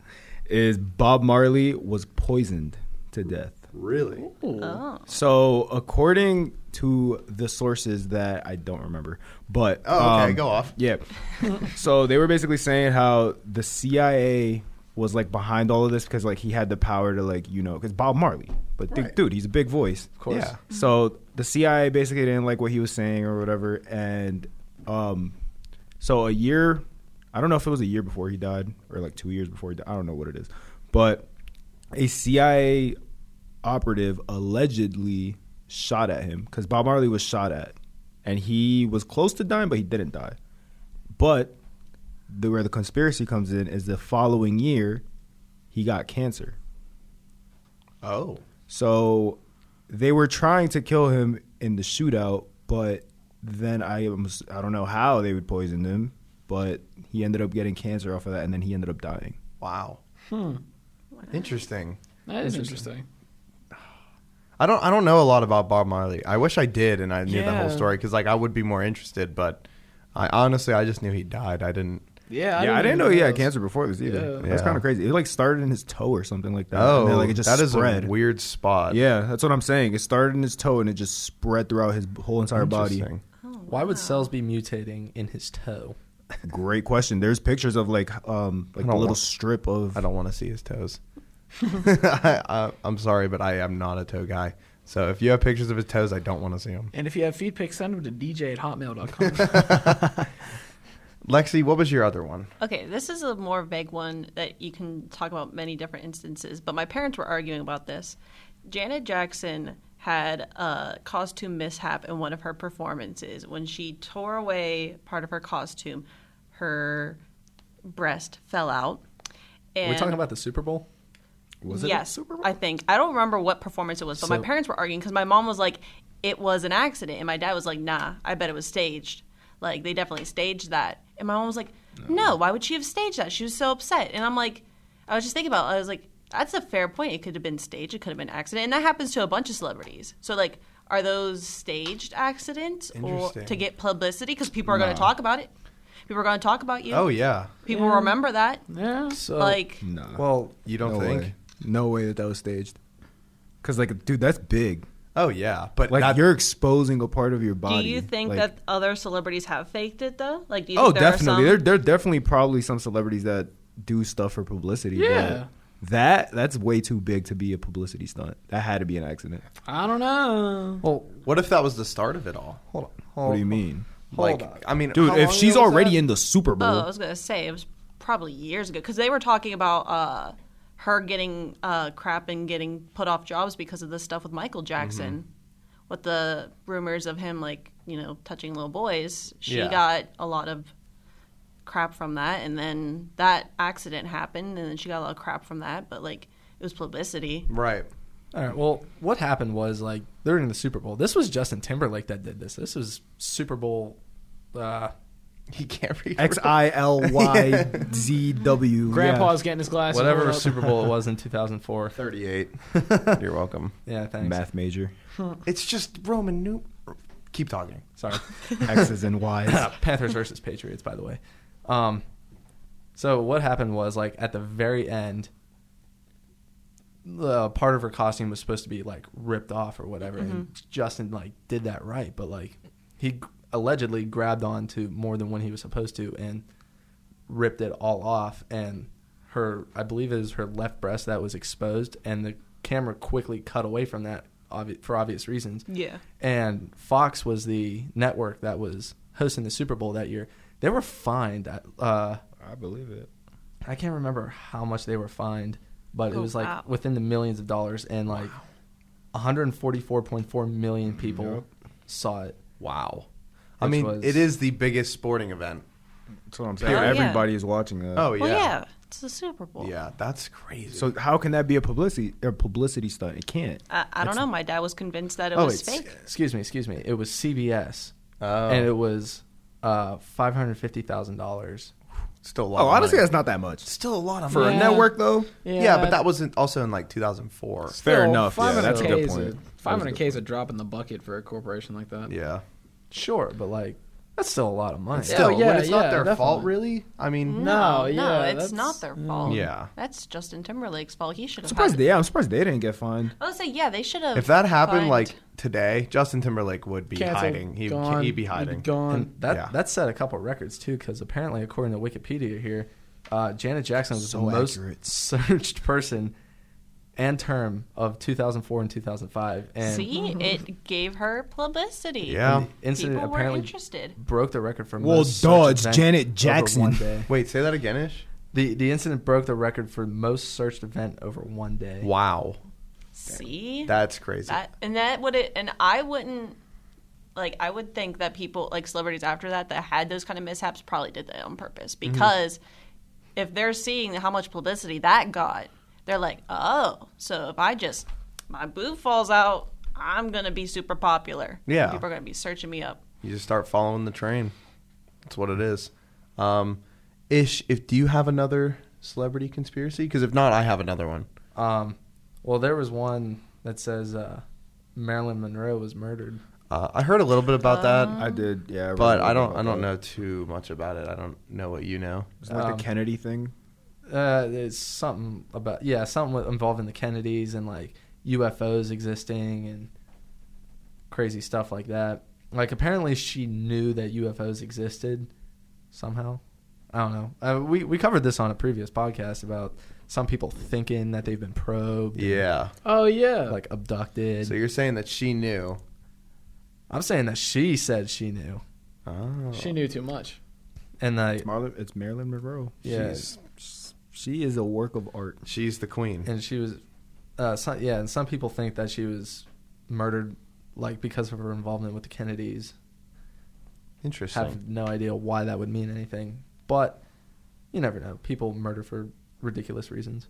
Speaker 5: is Bob Marley was poisoned to death.
Speaker 2: Really?
Speaker 1: Oh.
Speaker 5: So according to the sources that I don't remember, but
Speaker 2: Oh, okay,
Speaker 5: um,
Speaker 2: go off.
Speaker 5: Yeah. so they were basically saying how the CIA was like behind all of this because like he had the power to like you know because Bob Marley, but thi-
Speaker 2: Right.
Speaker 5: dude, he's a big voice. Of
Speaker 2: course. Yeah.
Speaker 5: So the CIA basically didn't like what he was saying or whatever, and um, so a year, I don't know if it was a year before he died or like two years before he died. I don't know what it is, but a CIA operative allegedly shot at him because Bob Marley was shot at, and he was close to dying, but he didn't die. But the, where the conspiracy comes in is the following year, he got cancer.
Speaker 2: Oh,
Speaker 5: So they were trying to kill him in the shootout, but then I am- I don't know how they would poison him, but he ended up getting cancer off of that, and then he ended up dying.
Speaker 2: wow.
Speaker 3: hmm.
Speaker 2: Interesting.
Speaker 3: that is interesting.
Speaker 2: I don't. I don't know a lot about Bob Marley. I wish I did, and I knew the whole
Speaker 3: Yeah.
Speaker 2: story because, like, I would be more interested. But I honestly, I just knew he died. I didn't.
Speaker 3: Yeah,
Speaker 5: yeah, I didn't know he had cancer before this either.
Speaker 3: Yeah.
Speaker 5: That's
Speaker 2: Yeah.
Speaker 5: kind of crazy. It like started in his toe or something like that.
Speaker 2: Oh,
Speaker 5: and then, like it just
Speaker 2: that is
Speaker 5: spread.
Speaker 2: a weird spot.
Speaker 5: yeah, that's what I'm saying. It started in his toe and it just spread throughout his whole entire body.
Speaker 2: Interesting.
Speaker 4: Why would cells be mutating in his toe?
Speaker 5: Great question. There's pictures of like um like
Speaker 2: I don't
Speaker 5: a little
Speaker 2: want-
Speaker 5: strip of
Speaker 2: I don't want to see his toes. I, I, I'm sorry, but I am not a toe guy. So if you have pictures of his toes, I don't want to see them.
Speaker 3: And if you have feed pics, send them to DJ at hotmail.com.
Speaker 2: Lexi, what was your other one?
Speaker 1: Okay, this is a more vague one that you can talk about many different instances, but my parents were arguing about this. Janet Jackson had a costume mishap in one of her performances when she tore away part of her costume. Her breast fell out. And
Speaker 4: We're talking about the Super Bowl.
Speaker 5: was it
Speaker 1: yes, I think I don't remember what performance it was, but my
Speaker 4: So-
Speaker 1: parents were arguing because my mom was like, "It was an accident," and my dad was like, "Nah, I bet it was staged. Like they definitely staged that." And my mom was like, "No, why would she have staged that?" She was so upset, and I'm like, I was just thinking about, it. I was like, "That's a fair point. It could have been staged. It could have been an accident, and that happens to a bunch of celebrities. So like." Are those staged accidents or
Speaker 2: Interesting.
Speaker 1: to get publicity? Because people are going to talk about it. People are going to talk about you.
Speaker 2: Oh yeah,
Speaker 1: People
Speaker 3: Yeah. Oh.
Speaker 1: remember that.
Speaker 3: yeah.
Speaker 4: So
Speaker 1: like,
Speaker 5: Nah.
Speaker 4: well,
Speaker 2: you don't
Speaker 5: no
Speaker 2: think?
Speaker 5: Way. No way that that was staged. Cause like, dude, that's big.
Speaker 2: Oh yeah, but
Speaker 5: Like
Speaker 2: that-
Speaker 5: you're exposing a part of your body.
Speaker 1: Do you think
Speaker 5: Like-
Speaker 1: that other celebrities have faked it though? Like, do you
Speaker 5: Oh,
Speaker 1: think there
Speaker 5: definitely.
Speaker 1: Are
Speaker 5: There,
Speaker 1: some,
Speaker 5: there are definitely probably some celebrities that do stuff for publicity.
Speaker 3: Yeah.
Speaker 5: but That that's way too big to be a publicity stunt. That had to be an accident.
Speaker 3: I don't know.
Speaker 4: Well,
Speaker 2: What if that was the start of it all?
Speaker 4: hold on. Hold,
Speaker 5: What do you mean,
Speaker 4: Hold
Speaker 2: like,
Speaker 4: on.
Speaker 2: I mean,
Speaker 5: dude?
Speaker 4: How
Speaker 5: If
Speaker 4: long
Speaker 5: she's
Speaker 4: ago was
Speaker 5: already
Speaker 4: that?
Speaker 5: in the Super Bowl,
Speaker 1: Oh, I was gonna say it was probably years ago because they were talking about uh, her getting uh, crap and getting put off jobs because of this stuff with Michael Jackson,
Speaker 5: Mm-hmm.
Speaker 1: with the rumors of him like you know touching little boys. She
Speaker 2: Yeah.
Speaker 1: got a lot of crap from that, and then that accident happened, and then she got a lot of crap from that. But like it was publicity.
Speaker 2: right?
Speaker 4: All right. Well, what happened was like during the Super Bowl. This was Justin Timberlake that did this. This was Super Bowl. Uh,
Speaker 2: He can't read.
Speaker 5: X I L Y Z W.
Speaker 3: Grandpa's getting his glasses.
Speaker 4: whatever
Speaker 3: rolled up.
Speaker 4: Super Bowl it was in 2004.
Speaker 2: thirty-eight. You're welcome.
Speaker 4: Yeah,
Speaker 5: yeah.
Speaker 4: thanks.
Speaker 5: math major.
Speaker 2: It's just Roman new. Keep talking.
Speaker 4: Sorry.
Speaker 5: X's and Y's.
Speaker 4: Panthers versus Patriots, by the way. Um, so what happened was like at the very end, the part of her costume was supposed to be like ripped off or whatever, and Justin like did that right, but like he g- allegedly grabbed on to more than when he was supposed to and ripped it all off, and her I believe it was her left breast that was exposed, and the camera quickly cut away from that obvi- for obvious reasons
Speaker 1: Yeah.
Speaker 4: and Fox was the network that was hosting the Super Bowl that year. They were fined. at, Uh,
Speaker 5: I believe it.
Speaker 4: I can't remember how much they were fined, but it
Speaker 1: Oh,
Speaker 4: was like
Speaker 1: wow.
Speaker 4: within the millions of dollars, and like 144.4 million people saw it.
Speaker 2: Wow. I
Speaker 4: Which
Speaker 2: mean,
Speaker 4: was-
Speaker 2: it is the biggest sporting event.
Speaker 5: That's what I'm saying.
Speaker 1: Oh, yeah.
Speaker 5: Everybody is watching uh, that.
Speaker 2: Oh
Speaker 1: Well,
Speaker 2: yeah.
Speaker 1: yeah, it's the Super Bowl.
Speaker 2: Yeah, that's crazy.
Speaker 5: So how can that be a publicity a publicity stunt? It can't.
Speaker 1: I, I don't know. My dad was convinced that it
Speaker 5: Oh,
Speaker 1: was
Speaker 5: it's-
Speaker 1: fake.
Speaker 4: Excuse me, excuse me. It was CBS,
Speaker 2: Oh.
Speaker 4: and it was uh, five hundred fifty thousand dollars.
Speaker 2: still a lot.
Speaker 5: Oh,
Speaker 2: of
Speaker 5: honestly,
Speaker 2: money.
Speaker 5: that's not that much
Speaker 2: still a lot of
Speaker 5: for
Speaker 2: money.
Speaker 5: a
Speaker 3: Yeah.
Speaker 5: network though.
Speaker 2: Yeah, but that wasn't also in like 2004.
Speaker 5: Fair enough, yeah, that's a good point.
Speaker 3: Five hundred k is a drop in the bucket for a corporation like that.
Speaker 2: Yeah.
Speaker 4: Sure, but like that's still a lot of money.
Speaker 2: Still,
Speaker 3: yeah,
Speaker 2: when it's not
Speaker 3: yeah,
Speaker 2: their fault,
Speaker 3: definitely.
Speaker 2: really. I mean,
Speaker 3: No,
Speaker 1: no,
Speaker 3: Oh, yeah,
Speaker 1: it's
Speaker 3: that's-
Speaker 1: not their fault.
Speaker 2: Yeah.
Speaker 1: that's Justin Timberlake's fault. He should
Speaker 5: I'm
Speaker 1: have.
Speaker 5: surprised they. Yeah, I'm surprised they didn't get fined.
Speaker 1: I would say, yeah, they should have.
Speaker 2: if that happened
Speaker 1: fined-
Speaker 2: like today, Justin Timberlake would be
Speaker 3: Canceled,
Speaker 2: hiding. He
Speaker 3: gone,
Speaker 2: he'd be hiding.
Speaker 3: gone.
Speaker 4: And that
Speaker 2: Yeah.
Speaker 4: that set a couple records too, because apparently, according to Wikipedia here, uh, Janet Jackson was
Speaker 5: So
Speaker 4: the most
Speaker 5: accurate.
Speaker 4: searched person and term of 2004 and 2005, and
Speaker 1: See, it gave her publicity.
Speaker 2: Yeah.
Speaker 4: the incident
Speaker 1: People were
Speaker 4: apparently
Speaker 1: interested.
Speaker 4: broke the record for
Speaker 5: Well,
Speaker 4: most
Speaker 5: duh,
Speaker 4: searched
Speaker 5: it's
Speaker 4: event
Speaker 5: Janet
Speaker 4: over
Speaker 5: Jackson.
Speaker 4: one day.
Speaker 2: Wait, say that again, Ish.
Speaker 4: The the incident broke the record for most searched event over one day.
Speaker 2: Wow,
Speaker 1: See
Speaker 2: that's crazy.
Speaker 1: that, and that would it, and I wouldn't like. I would think that people like celebrities after that that had those kind of mishaps probably did that on purpose
Speaker 2: Mm-hmm.
Speaker 1: because if they're seeing how much publicity that got, they're like, oh, so if I just my boob falls out, I'm gonna be super popular.
Speaker 2: Yeah.
Speaker 1: people are gonna be searching me up.
Speaker 2: you just start following the train. That's what it is. Um, Ish, if do you have another celebrity conspiracy? Because if not, I have another one.
Speaker 4: Um, well, there was one that says uh, Marilyn Monroe was murdered.
Speaker 2: Uh, I heard a little bit about
Speaker 1: Oh.
Speaker 2: that,
Speaker 5: I did. Yeah, read
Speaker 2: but
Speaker 5: a
Speaker 2: I
Speaker 5: little
Speaker 2: don't.
Speaker 5: about
Speaker 2: I don't
Speaker 5: that.
Speaker 2: know too much about it. I don't know what you know.
Speaker 5: It's like
Speaker 4: Um,
Speaker 5: the Kennedy thing.
Speaker 4: Uh, it's something about yeah, something with- involving the Kennedys and like UFOs existing and crazy stuff like that. Like apparently she knew that UFOs existed somehow. I don't know. Uh, we we covered this on a previous podcast about some people thinking that they've been probed, and,
Speaker 2: Yeah.
Speaker 3: Oh yeah,
Speaker 4: like abducted.
Speaker 2: So you're saying that she knew.
Speaker 4: I'm saying that she said she knew,
Speaker 2: Oh.
Speaker 3: she knew too much.
Speaker 4: and like
Speaker 5: It's Marlon. It's Marilyn Monroe.
Speaker 4: Yeah.
Speaker 5: She's, she is a work of art.
Speaker 2: She's the queen.
Speaker 4: and she was, uh, some, yeah, and some people think that she was murdered, like because of her involvement with the Kennedys.
Speaker 2: Interesting.
Speaker 4: have no idea why that would mean anything. But you never know. People murder for ridiculous reasons.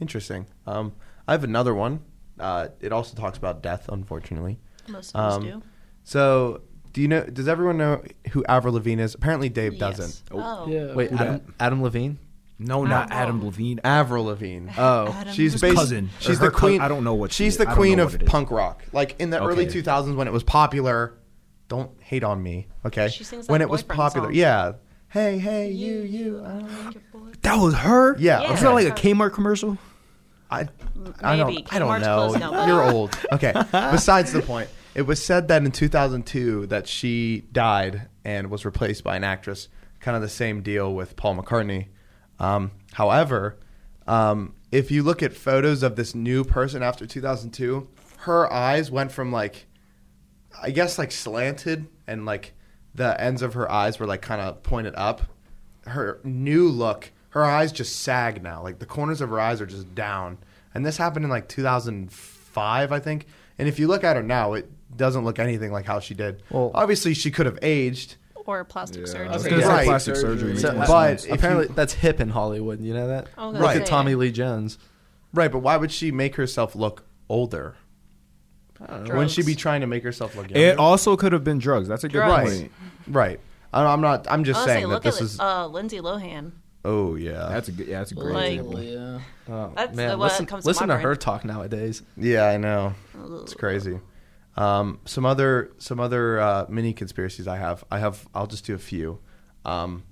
Speaker 2: Interesting. Um, I have another one. Uh, it also talks about death, unfortunately.
Speaker 1: Most of us
Speaker 2: Um,
Speaker 1: do.
Speaker 2: So, do you know? Does everyone know who Avril Lavigne is? Apparently, Dave doesn't.
Speaker 1: Yes. Oh.
Speaker 2: Uh,
Speaker 3: Yeah.
Speaker 4: Wait,
Speaker 5: who
Speaker 4: Adam, Adam Levine?
Speaker 5: No,
Speaker 1: not Adam
Speaker 5: Levine.
Speaker 2: Avril Lavigne.
Speaker 4: Oh,
Speaker 1: Adam
Speaker 2: she's
Speaker 1: His
Speaker 2: basi-
Speaker 5: cousin. Or
Speaker 2: She's
Speaker 5: her
Speaker 2: the
Speaker 5: cou-
Speaker 2: queen.
Speaker 5: I don't know what she
Speaker 2: She's
Speaker 5: is.
Speaker 2: the
Speaker 5: I don't
Speaker 2: queen
Speaker 5: know what
Speaker 2: of
Speaker 5: it is.
Speaker 2: punk rock. Like in the early
Speaker 5: Okay.
Speaker 2: 2000s when it was popular. Don't hate on me, okay?
Speaker 1: She sings that
Speaker 2: when it was
Speaker 1: boyfriend
Speaker 2: popular,
Speaker 1: song.
Speaker 2: yeah. Hey, hey, you, you.
Speaker 1: uh,
Speaker 2: I don't-
Speaker 5: That was her.
Speaker 2: Yeah,
Speaker 1: Yeah.
Speaker 5: It's
Speaker 2: okay.
Speaker 5: not like a Kmart commercial.
Speaker 2: I, I
Speaker 1: Maybe.
Speaker 2: don't, I don't
Speaker 1: Kmart's closed now,
Speaker 2: know.
Speaker 1: but-
Speaker 2: You're old. Okay. Besides the point, it was said that in 2002 that she died and was replaced by an actress. Kind of the same deal with Paul McCartney. Um, however, Um, if you look at photos of this new person after 2002, her eyes went from like, I guess like slanted and like the ends of her eyes were like kind of pointed up. Her new look, her eyes just sag now. Like the corners of her eyes are just down. And this happened in like 2005, I think. And if you look at her now, it doesn't look anything like how she did.
Speaker 4: Well-
Speaker 2: obviously she could have aged.
Speaker 1: or plastic surgery.
Speaker 5: I was
Speaker 3: Okay,
Speaker 5: gonna say
Speaker 2: Right.
Speaker 5: plastic surgery.
Speaker 4: So,
Speaker 5: makes
Speaker 2: but-
Speaker 5: sense.
Speaker 2: if you-
Speaker 4: apparently that's hip in Hollywood. You know that?
Speaker 1: I was
Speaker 4: Look
Speaker 1: gonna
Speaker 4: at
Speaker 1: say.
Speaker 4: Tommy Lee Jones.
Speaker 2: Right, but why would she make herself look older? Wouldn't she be
Speaker 1: Drugs.
Speaker 2: trying to make herself look younger?
Speaker 5: it also could have been drugs. That's a good
Speaker 1: Drugs.
Speaker 5: point.
Speaker 2: right. I- I'm not. I'm just
Speaker 1: Honestly,
Speaker 2: saying that
Speaker 1: look
Speaker 2: this
Speaker 1: at
Speaker 2: is.
Speaker 1: uh, Lindsay Lohan.
Speaker 2: oh yeah.
Speaker 5: That's a good. Yeah, that's a great
Speaker 1: Like-
Speaker 5: example.
Speaker 3: Yeah.
Speaker 4: Oh,
Speaker 1: That's
Speaker 4: man,
Speaker 1: the one that
Speaker 4: listen,
Speaker 1: comes to
Speaker 4: listen
Speaker 1: my
Speaker 4: to her
Speaker 1: brain.
Speaker 4: talk nowadays.
Speaker 2: yeah, I know. It's
Speaker 1: Ugh.
Speaker 2: crazy. Um, some other some other uh, mini conspiracies I have. I have. I'll just do a few. Um,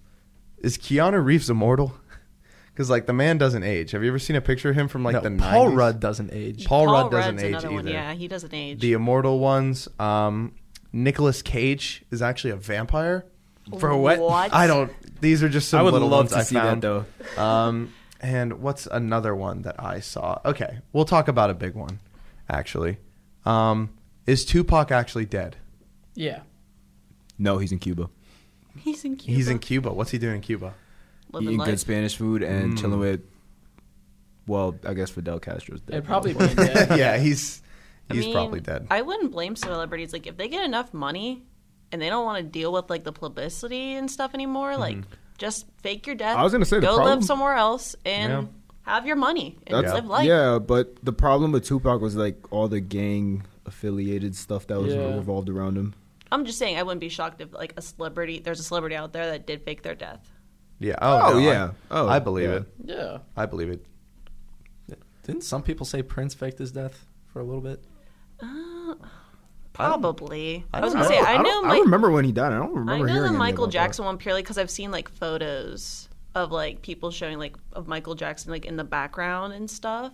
Speaker 2: is Keanu Reeves immortal? Because like the man doesn't age. Have you ever seen a picture of him from like
Speaker 4: No,
Speaker 2: the
Speaker 4: Paul
Speaker 2: 90s?
Speaker 4: Rudd doesn't age.
Speaker 2: Paul, Rudd doesn't
Speaker 1: Rudd's
Speaker 2: age
Speaker 1: another
Speaker 2: either.
Speaker 1: one. Yeah, he doesn't age.
Speaker 2: the immortal ones. Um, Nicholas Cage is actually a vampire.
Speaker 1: For what? What?
Speaker 2: I don't. These are just some
Speaker 5: I would
Speaker 2: little ones
Speaker 5: love to
Speaker 2: I
Speaker 5: see
Speaker 2: found.
Speaker 5: that
Speaker 2: though. Um, and what's another one that I saw? Okay, we'll talk about a big one. Actually, um, is Tupac actually dead?
Speaker 3: Yeah.
Speaker 5: No, he's in Cuba.
Speaker 1: He's in Cuba.
Speaker 2: He's in Cuba. What's he doing in Cuba?
Speaker 1: Living
Speaker 5: eating
Speaker 1: life.
Speaker 5: good Spanish food and chilling with. Well, I guess Fidel Castro's dead.
Speaker 3: It'd probably be dead.
Speaker 2: yeah, he's
Speaker 1: I
Speaker 2: he's
Speaker 1: mean,
Speaker 2: probably dead.
Speaker 1: I wouldn't blame celebrities. Like if they get enough money and they don't want to deal with like the publicity and stuff anymore,
Speaker 5: Mm-hmm.
Speaker 1: like just fake your death.
Speaker 5: I was gonna say, the
Speaker 1: go
Speaker 5: problem-
Speaker 1: live somewhere else and
Speaker 2: Yeah.
Speaker 1: have your money and
Speaker 5: That's-
Speaker 1: live life.
Speaker 5: Yeah, but the problem with Tupac was like all the gang affiliated stuff that was
Speaker 3: Yeah.
Speaker 5: revolved around him.
Speaker 1: I'm just saying, I wouldn't be shocked if like a celebrity, there's a celebrity out there that did fake their death.
Speaker 2: Yeah. Oh,
Speaker 5: Oh,
Speaker 2: no, I-
Speaker 5: yeah. Oh,
Speaker 2: I believe
Speaker 5: yeah.
Speaker 2: it.
Speaker 3: Yeah.
Speaker 2: I believe it.
Speaker 4: Didn't some people say Prince faked his death for a little bit?
Speaker 1: Probably. I,
Speaker 2: I
Speaker 1: was
Speaker 2: don't
Speaker 1: gonna say,
Speaker 2: know.
Speaker 1: I,
Speaker 5: I,
Speaker 1: know.
Speaker 5: don't- I
Speaker 1: my,
Speaker 5: remember when he died. I don't
Speaker 1: I
Speaker 5: remember.
Speaker 1: know
Speaker 5: hearing
Speaker 1: the
Speaker 5: anything
Speaker 1: Michael
Speaker 5: about that.
Speaker 1: Jackson one purely because I've seen like photos of like people showing like of Michael Jackson like in the background and stuff,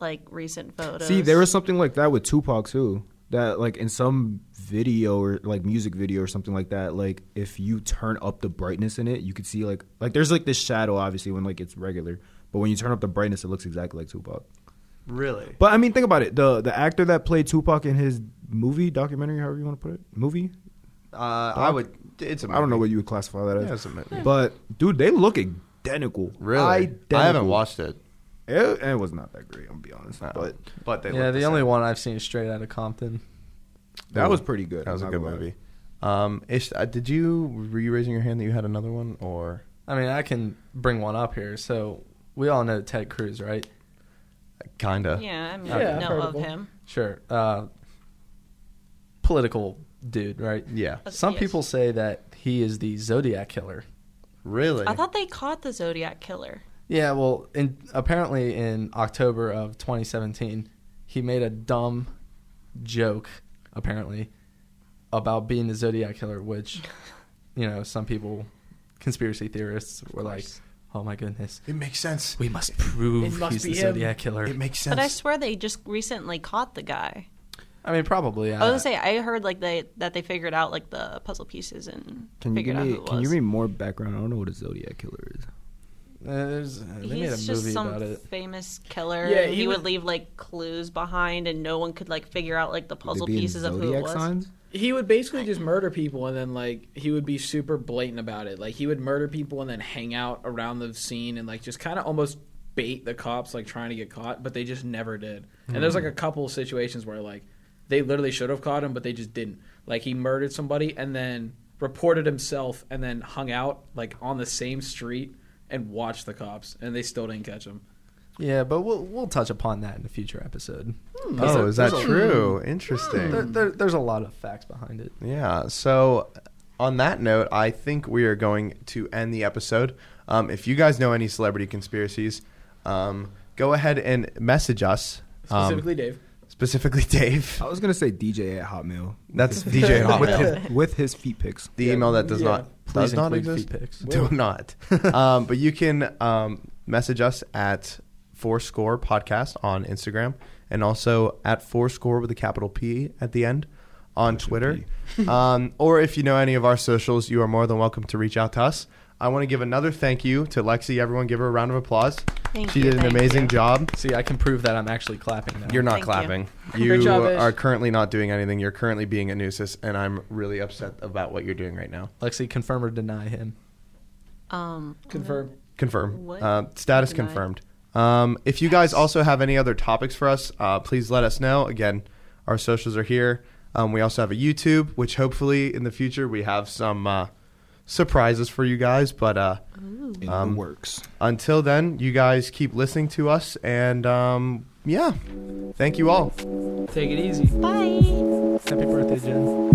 Speaker 1: like recent photos.
Speaker 5: See, there was something like that with Tupac too. That like in some video or like music video or something like that. Like if you turn up the brightness in it, you could see like like there's like this shadow obviously when like it's regular, but when you turn up the brightness, it looks exactly like Tupac.
Speaker 2: Really?
Speaker 5: But I mean, think about it. the The actor that played Tupac in his movie documentary, however you want to put it, movie.
Speaker 2: Uh, I would. It's. I
Speaker 5: I don't know what you would classify that as.
Speaker 2: Yeah, it's a movie.
Speaker 5: But dude, they look identical.
Speaker 2: Really?
Speaker 5: Identical.
Speaker 2: I haven't watched it.
Speaker 5: It, it was not that great. I'm gonna be honest,
Speaker 2: No.
Speaker 5: but
Speaker 2: but they
Speaker 4: yeah,
Speaker 2: look
Speaker 4: the
Speaker 2: same.
Speaker 4: only one I've seen is straight out of Compton.
Speaker 5: that was pretty good.
Speaker 2: That was a
Speaker 5: I'm
Speaker 2: good
Speaker 5: not gonna lie.
Speaker 2: movie. Um, Ish, uh, did you were you raising your hand that you had another one or
Speaker 4: I mean, I can bring one up here. So we all know Ted Cruz, right?
Speaker 2: kinda?
Speaker 1: Yeah, I mean,
Speaker 3: Yeah, I've
Speaker 1: I know
Speaker 3: heard
Speaker 1: of
Speaker 3: of him.
Speaker 1: him.
Speaker 4: Sure. Uh, political dude, right?
Speaker 2: Yeah.
Speaker 1: Uh,
Speaker 4: Some
Speaker 1: yes.
Speaker 4: people say that he is the Zodiac killer.
Speaker 2: Really?
Speaker 1: I thought they caught the Zodiac killer.
Speaker 4: Yeah, well, in, apparently in October of 2017, he made a dumb joke, apparently, about being the Zodiac killer, which, you know, some people, conspiracy theorists, were like,
Speaker 1: course.
Speaker 4: oh my goodness,
Speaker 2: it makes sense.
Speaker 4: we must prove
Speaker 3: It must
Speaker 4: he's
Speaker 3: be
Speaker 4: the
Speaker 3: him.
Speaker 4: Zodiac killer.
Speaker 2: It makes sense.
Speaker 1: But I swear they just recently caught the guy.
Speaker 4: I mean, probably. uh,
Speaker 5: Uh,
Speaker 1: I was gonna say I heard like they that they figured out like the puzzle pieces and
Speaker 5: Can you
Speaker 1: figured
Speaker 5: give
Speaker 1: out
Speaker 5: me
Speaker 1: who it was.
Speaker 5: Can you give me more background? I don't know what a Zodiac killer is.
Speaker 4: Uh, there's, uh, they
Speaker 1: He's
Speaker 4: made a
Speaker 1: just
Speaker 4: movie
Speaker 1: some
Speaker 4: about it.
Speaker 1: famous killer.
Speaker 3: Yeah,
Speaker 1: and he,
Speaker 3: he
Speaker 1: would,
Speaker 3: was-
Speaker 1: leave like clues behind, and no one could like figure out like the puzzle
Speaker 5: They be in
Speaker 1: pieces of who it
Speaker 5: zodiac
Speaker 1: was.
Speaker 5: signs?
Speaker 3: He would basically just murder people and then like he would be super blatant about it. Like he would murder people and then hang out around the scene and like just kind of almost bait the cops like trying to get caught, but they just never did. And there's like a couple situations where like they literally should have caught him, but they just didn't. Like he murdered somebody and then reported himself and then hung out like on the same street and watched the cops and they still didn't catch him.
Speaker 4: Yeah, but we'll we'll touch upon that in a future episode.
Speaker 1: Hmm.
Speaker 4: 'Cause
Speaker 2: oh,
Speaker 4: there-
Speaker 2: is that
Speaker 4: there's a-
Speaker 2: true? Interesting.
Speaker 4: there- there- there's a lot of facts behind it.
Speaker 2: Yeah. So, on that note, I think we are going to end the episode. Um, if you guys know any celebrity conspiracies, um, go ahead and message us. um,
Speaker 3: Specifically Dave.
Speaker 2: specifically Dave.
Speaker 5: I was gonna say DJ at Hotmail.
Speaker 2: That's DJ
Speaker 5: with,
Speaker 2: Hotmail.
Speaker 5: his, with his feet pics.
Speaker 2: the email that does
Speaker 3: Yeah.
Speaker 2: not
Speaker 4: Please
Speaker 2: does not
Speaker 4: include
Speaker 2: exist.
Speaker 4: feet pics.
Speaker 2: Do not. um, but you can um, message us at Fourscore Podcast on Instagram and also at Fourscore with a capital P at the end on Twitter. um, or if you know any of our socials, you are more than welcome to reach out to us. I want to give another thank you to Lexi. Everyone, give her a round of applause.
Speaker 1: Thank
Speaker 2: She
Speaker 1: you.
Speaker 2: did an
Speaker 1: thank
Speaker 2: amazing
Speaker 1: you.
Speaker 2: job.
Speaker 4: See, I can prove that I'm actually clapping now.
Speaker 2: You're
Speaker 1: Thank
Speaker 2: not
Speaker 1: you.
Speaker 2: clapping. You,
Speaker 3: Great job, Ash.
Speaker 2: are currently not doing anything. You're currently being a nuisance, and I'm really upset about what you're doing right now.
Speaker 4: Lexi, confirm or deny him.
Speaker 1: Um,
Speaker 3: Confirm.
Speaker 2: Confirm.
Speaker 1: What?
Speaker 2: Uh, status
Speaker 1: Denied.
Speaker 2: confirmed. Um, if you guys also have any other topics for us, uh, please let us know. Again, our socials are here. Um, we also have a YouTube, which hopefully in the future we have some uh, surprises for you guys. But uh,
Speaker 5: in
Speaker 2: Um,
Speaker 5: the works.
Speaker 2: until then, you guys keep listening to us, and um, yeah, thank you all.
Speaker 3: Take it easy.
Speaker 1: Bye.
Speaker 4: Happy birthday, Jen.